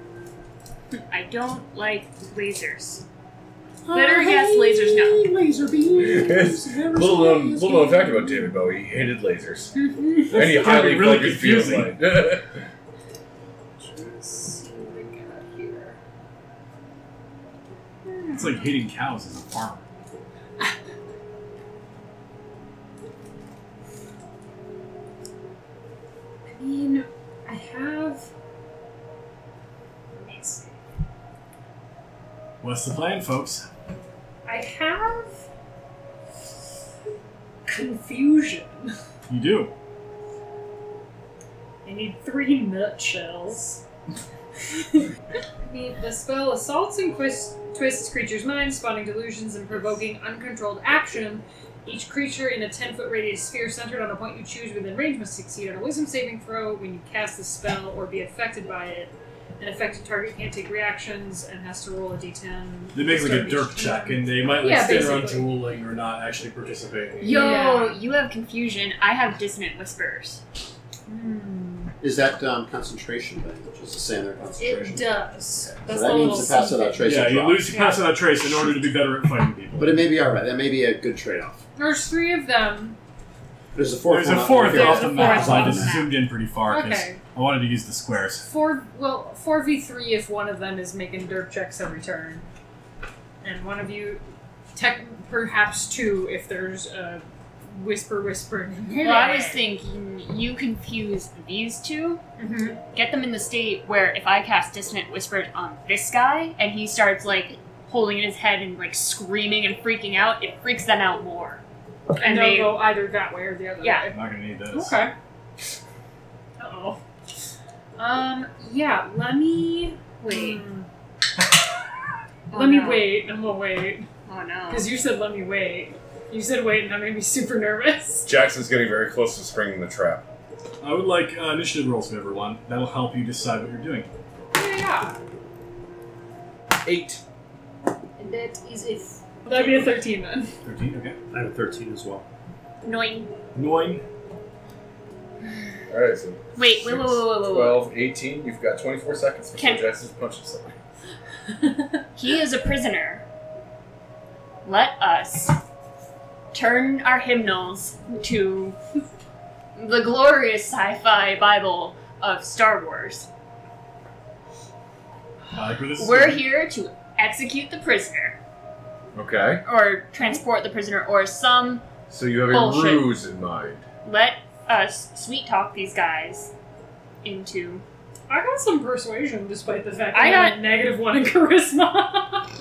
I don't like lasers. Better yes, lasers no. Laser beams. little known, little known fact about David Bowie: he hated lasers. and he That's gonna highly be really focused feels confusing. like. Let's see what we got here. It's like hating cows as a farmer. I mean, I have. Let's see. What's the plan, folks? I have. Confusion. You do. I need three nutshells. I mean, the spell assaults and quist- twists creatures' minds, spawning delusions and provoking uncontrolled action. Each creature in a 10 foot radius sphere centered on a point you choose within range must succeed on a wisdom saving throw when you cast the spell or be affected by it. An affected target can't take reactions and has to roll a d10. They make like a Start dirk each check, turn. and they might like Yeah, stand around basically. tooling or not actually participating. Yo, Yeah. you have confusion. I have dissonant whispers. Hmm. Is that um, concentration thing? Just the standard concentration. It does. So That's that the little means to pass secret. without trace. yeah, and you drop. lose your Yeah. pass without trace in order to be better at fighting people. But it may be all right. That may be a good trade-off. There's three of them. There's a fourth. There's a one up fourth here. There's off a the fourth map. so I on the just map. zoomed in pretty far because Okay. I wanted to use the squares. Four well, four v three if one of them is making dirt checks every turn, and one of you, tech perhaps two if there's a whisper whispering. Well, I was thinking you confuse these two, Mhm. get them in the state where if I cast dissonant whispers on this guy and he starts like holding in his head and like screaming and freaking out, it freaks them out more. and And they'll they- go either that way or the other. Yeah. I'm not gonna need those. Okay. Uh oh. Um. Yeah. Let me Wait. Hmm. Oh, let me no. wait. I'm gonna wait Oh no. because you said let me wait. You said wait, and that made me super nervous. Jackson's getting very close to springing the trap. I would like uh, initiative rolls from everyone. That'll help you decide what you're doing. Yeah. Eight. And that is if. That'd be a thirteen then. Thirteen. Okay. I have a thirteen as well. Annoying. Nine. All right, so Wait, wait, wait, wait, wait, wait, wait. 12, 18. You've got 24 seconds before Can- Jackson's punching somebody. He is a prisoner. Let us turn our hymnals to the glorious sci-fi Bible of Star Wars. I like where this is We're going. here to execute the prisoner, Okay. or transport the prisoner, or some. So you have a Bullshit. ruse in mind. Let us sweet talk these guys into. I got some persuasion despite the fact that I I got- got negative one in charisma.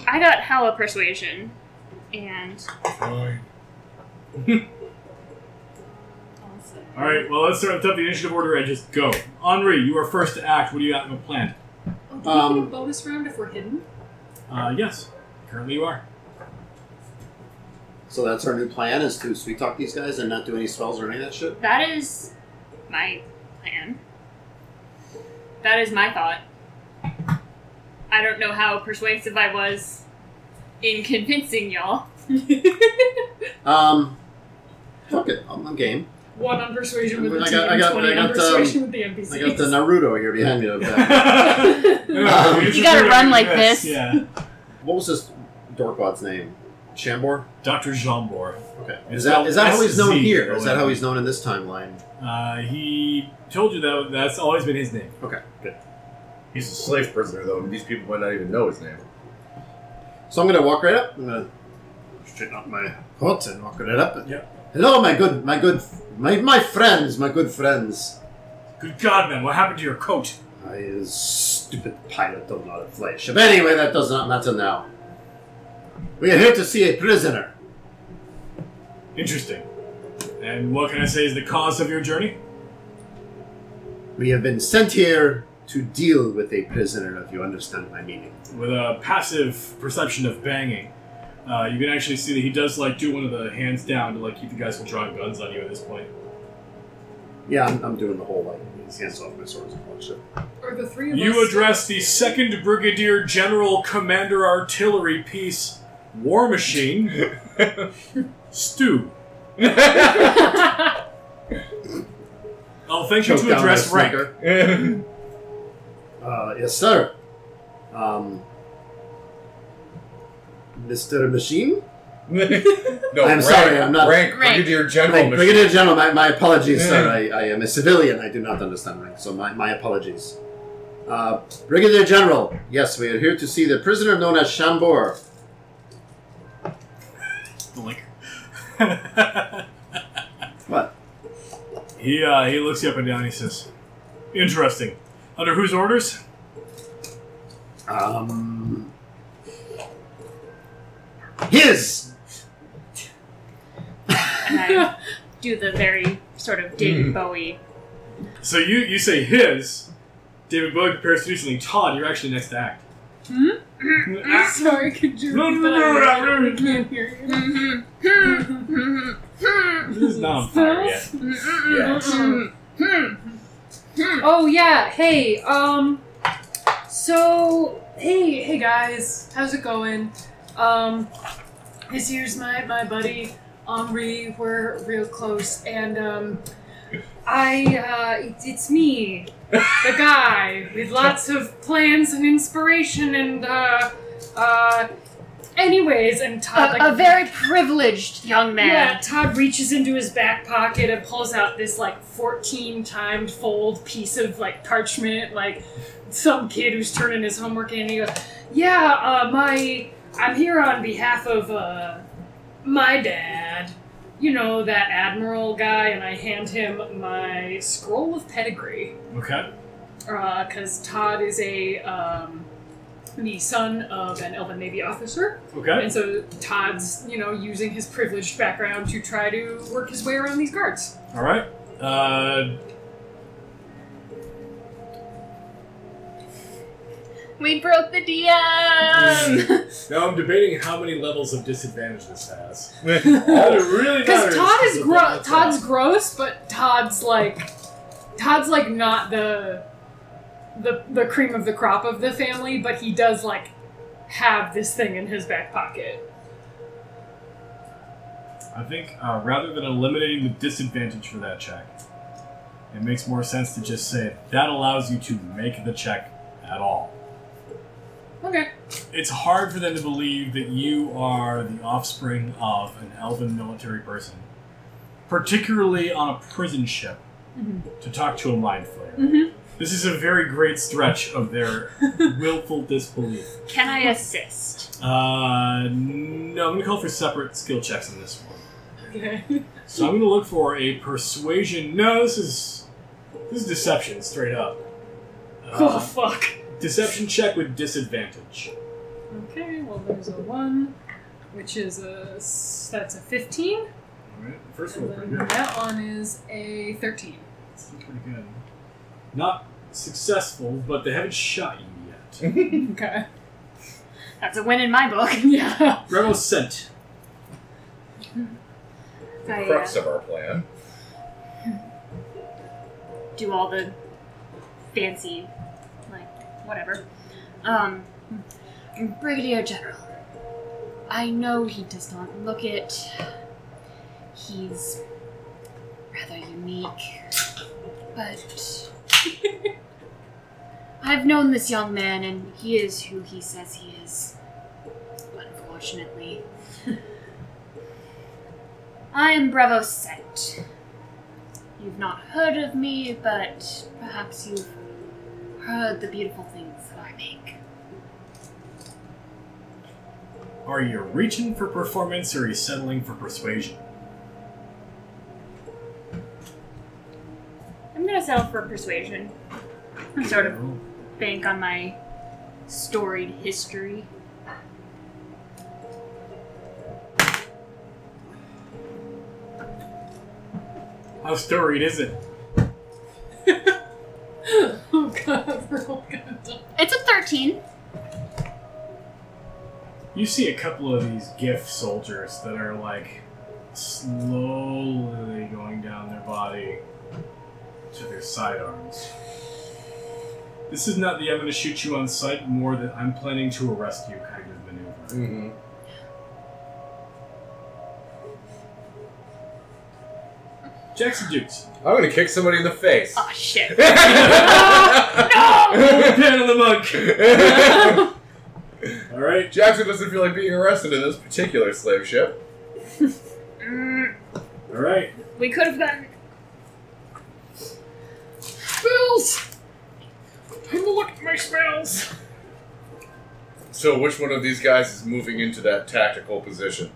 I got hella persuasion, and Fine. All right. Well, let's start at the top of the initiative order and just go. Henri, you are first to act. What do you got in the plan? oh, do we get Um, a bonus round if we're hidden? Uh, yes. Currently, you are. So that's our new plan: is to sweet talk these guys and not do any spells or any of that shit. that is my plan. That is my thought. I don't know how persuasive I was in convincing y'all. Um, fuck it, I'm, I'm game. One on persuasion with the I got- team, I got- twenty I got, on um, persuasion with the I NPCs. got the Naruto here behind me. What Yeah, You just gotta do it run with like this, this. Yeah. was this dorkwat's name? Chambor? Dr. Jambor. Okay. It's Is that, is that how he's known SZ here? or Is that how he's known in this timeline? Uh, he told you that that's always been his name. He's a slave prisoner, though, and these people might not even know his name. So I'm gonna walk right up. I'm gonna straighten up my coat and walk right up. Yeah. Hello, my good, my good, my my friends, my good friends. Good God, man, what happened to your coat? I is stupid pilot don't know how to fly a ship. Anyway, that does not matter now. We are here to see a prisoner. Interesting. And what can I say is the cause of your journey? We have been sent here to deal with a prisoner. If you understand my meaning. With a passive perception of banging, uh, you can actually see that he does like do one of the hands down to like keep the guys from drawing guns on you at this point. Yeah, I'm, I'm doing the whole like hands off my swords and all that shit. Or the three of us. You address the Second Brigadier General Commander Artillery Piece War Machine Stu. I'll thank you Choke to down address my rank. snicker. Uh, yes, sir. Um, Mr. Machine? no, I'm rank, sorry, I'm not- Rank, Rank. Brigadier General. Hey, Machine. Brigadier General, my, my apologies, sir. I, I am a civilian. I do not understand rank, so my, my apologies. Uh, Brigadier General, yes, we are here to see the prisoner known as Shambor. Blink. What? he uh, he looks you up and down. He says, "Interesting. Under whose orders? Um. His! and I do the very sort of David Bowie. So you you say his. David Bowie prepares to do something. Todd, you're actually next to act. I'm sorry, could you No, no, repeat that? no, no, no, no. I can't hear you. Mm-hmm. This is not on fire yet. Oh yeah. Hey. Um. So hey, hey guys, how's it going? Um. This here's my my buddy Henri. We're real close, and um, I uh, it, it's me, the guy with lots of plans and inspiration and uh, uh. Anyways, and Todd like a, a very privileged young man. yeah, Todd reaches into his back pocket and pulls out this like 14 timed fold piece of like parchment, like some kid who's turning his homework in. And he goes, "Yeah, uh, my I'm here on behalf of uh, my dad, you know that admiral guy." And I hand him my scroll of pedigree Okay. because Todd is a um, the son of an elven navy officer. Okay. And so Todd's, you know, using his privileged background to try to work his way around these guards. All right. Uh, We broke the DM! now I'm debating how many levels of disadvantage this has. All All it really matters Because Todd is the gro- level Todd's it's gross, but Todd's like Todd's like not the the the cream of the crop of the family, but he does like have this thing in his back pocket. at. I think uh, rather than eliminating the disadvantage for that check, it makes more sense to just say that allows you to make the check at all. Okay. It's hard for them to believe that you are the offspring of an elven military person, particularly on a prison ship, to talk to a mind flayer. Mhm. This is a very great stretch of their willful disbelief. Can I assist? Uh, no, I'm gonna call for separate skill checks on this one. Okay. So I'm gonna look for a persuasion. No, this is this is deception straight up. oh Uh, fuck. deception check with disadvantage. Okay. Well, there's a one, which is a s- that's a fifteen. All right, the first And one was pretty then good. that one is a thirteen. It's pretty good. Not successful, but they haven't shot you yet. Okay. That's a win in my book. Yeah. Rebel sent. I uh, crux of our plan. do all the fancy, like, whatever. Um, Brigadier General, I know he does not look it. He's rather unique, but I've known this young man, and he is who he says he is. Unfortunately. unfortunately. I am Bravo Scent. You've not heard of me, but perhaps you've heard the beautiful things that I make. Are you reaching for performance or are you settling for persuasion? I'm gonna settle for persuasion. I'm sort of bank on my storied history. How storied is it? Oh god, we're all gonna die. It's a 13. You see a couple of these GIF soldiers that are like slowly going down their body to their sidearms. This is not the I'm going to shoot you on sight, more that I'm planning to arrest you kind of maneuver. Mm-hmm. Jackson Dukes. I'm gonna kick somebody in the face. Oh shit. Pan on the monk! Alright. Jackson doesn't feel like being arrested in this particular slave ship. Mm, Alright. we could have gotten. Spells! I'm look at my spells! So, which one of these guys is moving into that tactical position?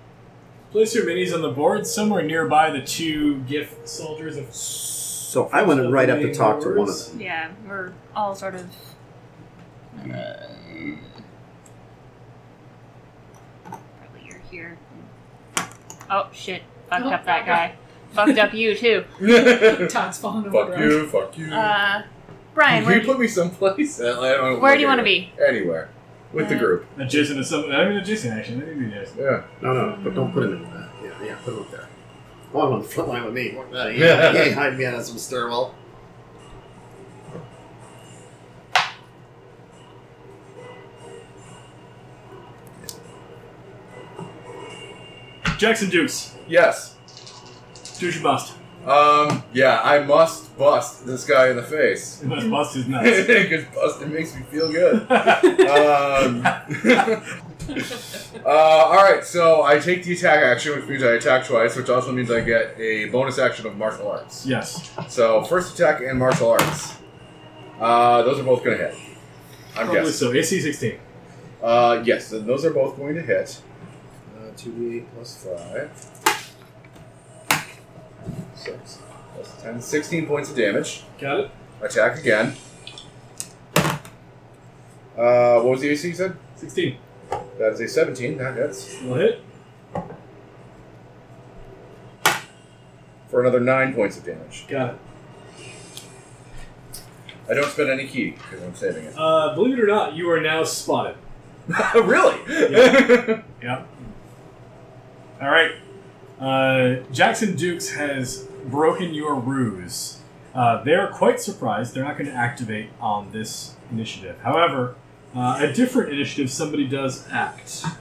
Place your minis on the board somewhere nearby the two GIF soldiers of So I went right up to talk to one of them. Yeah, we're all sort of. Probably you're here. Oh shit. Fucked Oh, up that guy. Fucked up you too. fuck Todd's falling over. you, fuck you. Uh, Brian, you where, do- put me someplace. I don't know where do you want to be? Anywhere. With the Uh, group. Adjacent to some. I mean, uh, adjacent action. I didn't do that. Yeah. No, no, but don't put him in that. Yeah, yeah, put him up there. One on the front line with me. Fuck that. He ain't, he ain't hiding behind some stairwell. Jackson Dukes. Yes. Do your bust. Um, yeah, I must bust this guy in the face. You must bust his nuts. Because bust, it makes me feel good. um, uh, all right, so I take the attack action, which means I attack twice, which also means I get a bonus action of martial arts. yes. So first attack and martial arts. Uh, those are both going to hit. I'm Probably guessing. so. AC 16. Uh, yes, then those are both going to hit. Uh, 2d8 plus Five, six, plus ten, 16 points of damage. Got it? Attack again. Uh, what was the AC you said? 16. That is a 17. That hits. Will hit. for another nine points of damage. Got it. I don't spend any key because I'm saving it. Uh, believe it or not, you are now spotted. really? Yeah. All right. Uh, Jackson Dukes has broken your ruse. Uh, they are quite surprised. They're not going to activate on this initiative. However, uh, a different initiative, somebody does act.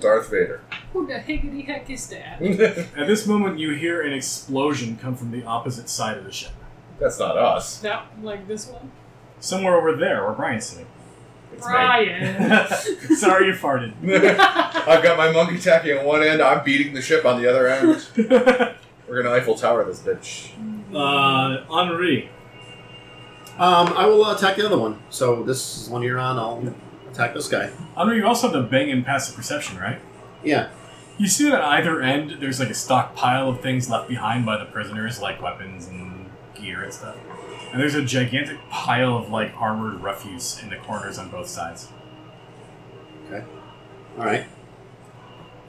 Darth Vader. Who the higgity heck is that? At this moment, you hear an explosion come from the opposite side of the ship. That's not us. That, like this one? Somewhere over there, where Brian's sitting. It's me. Brian! Sorry you farted. I've got my monkey attacking on one end. I'm beating the ship on the other end. We're gonna Eiffel Tower this bitch. uh, Henri. Um, I will attack the other one. So this is one you're on. I'll attack this guy. Henri, you also have the bang and passive perception, right? Yeah. You see that on either end, there's like a stockpile of things left behind by the prisoners, like weapons and gear and stuff. And there's a gigantic pile of like armored refuse in the corners on both sides. All right.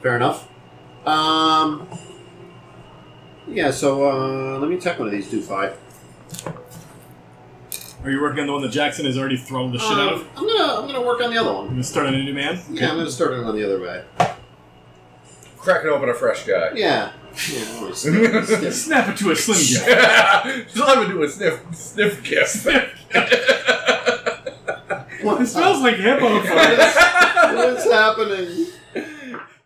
Fair enough. Um. Yeah. So uh, let me attack one of these. Do five. Are you working on the one that Jackson has already thrown the shit out of? Um, I'm gonna I'm gonna work on the other You one. gonna start on a new man? Yeah, I'm gonna start it on the other way. Cracking open a fresh guy. Yeah. yeah I'm always stiff- stiff. Snap it to a slim jim. I'm gonna do a sniff, sniff kiss. What- It smells like hippo. What's happening?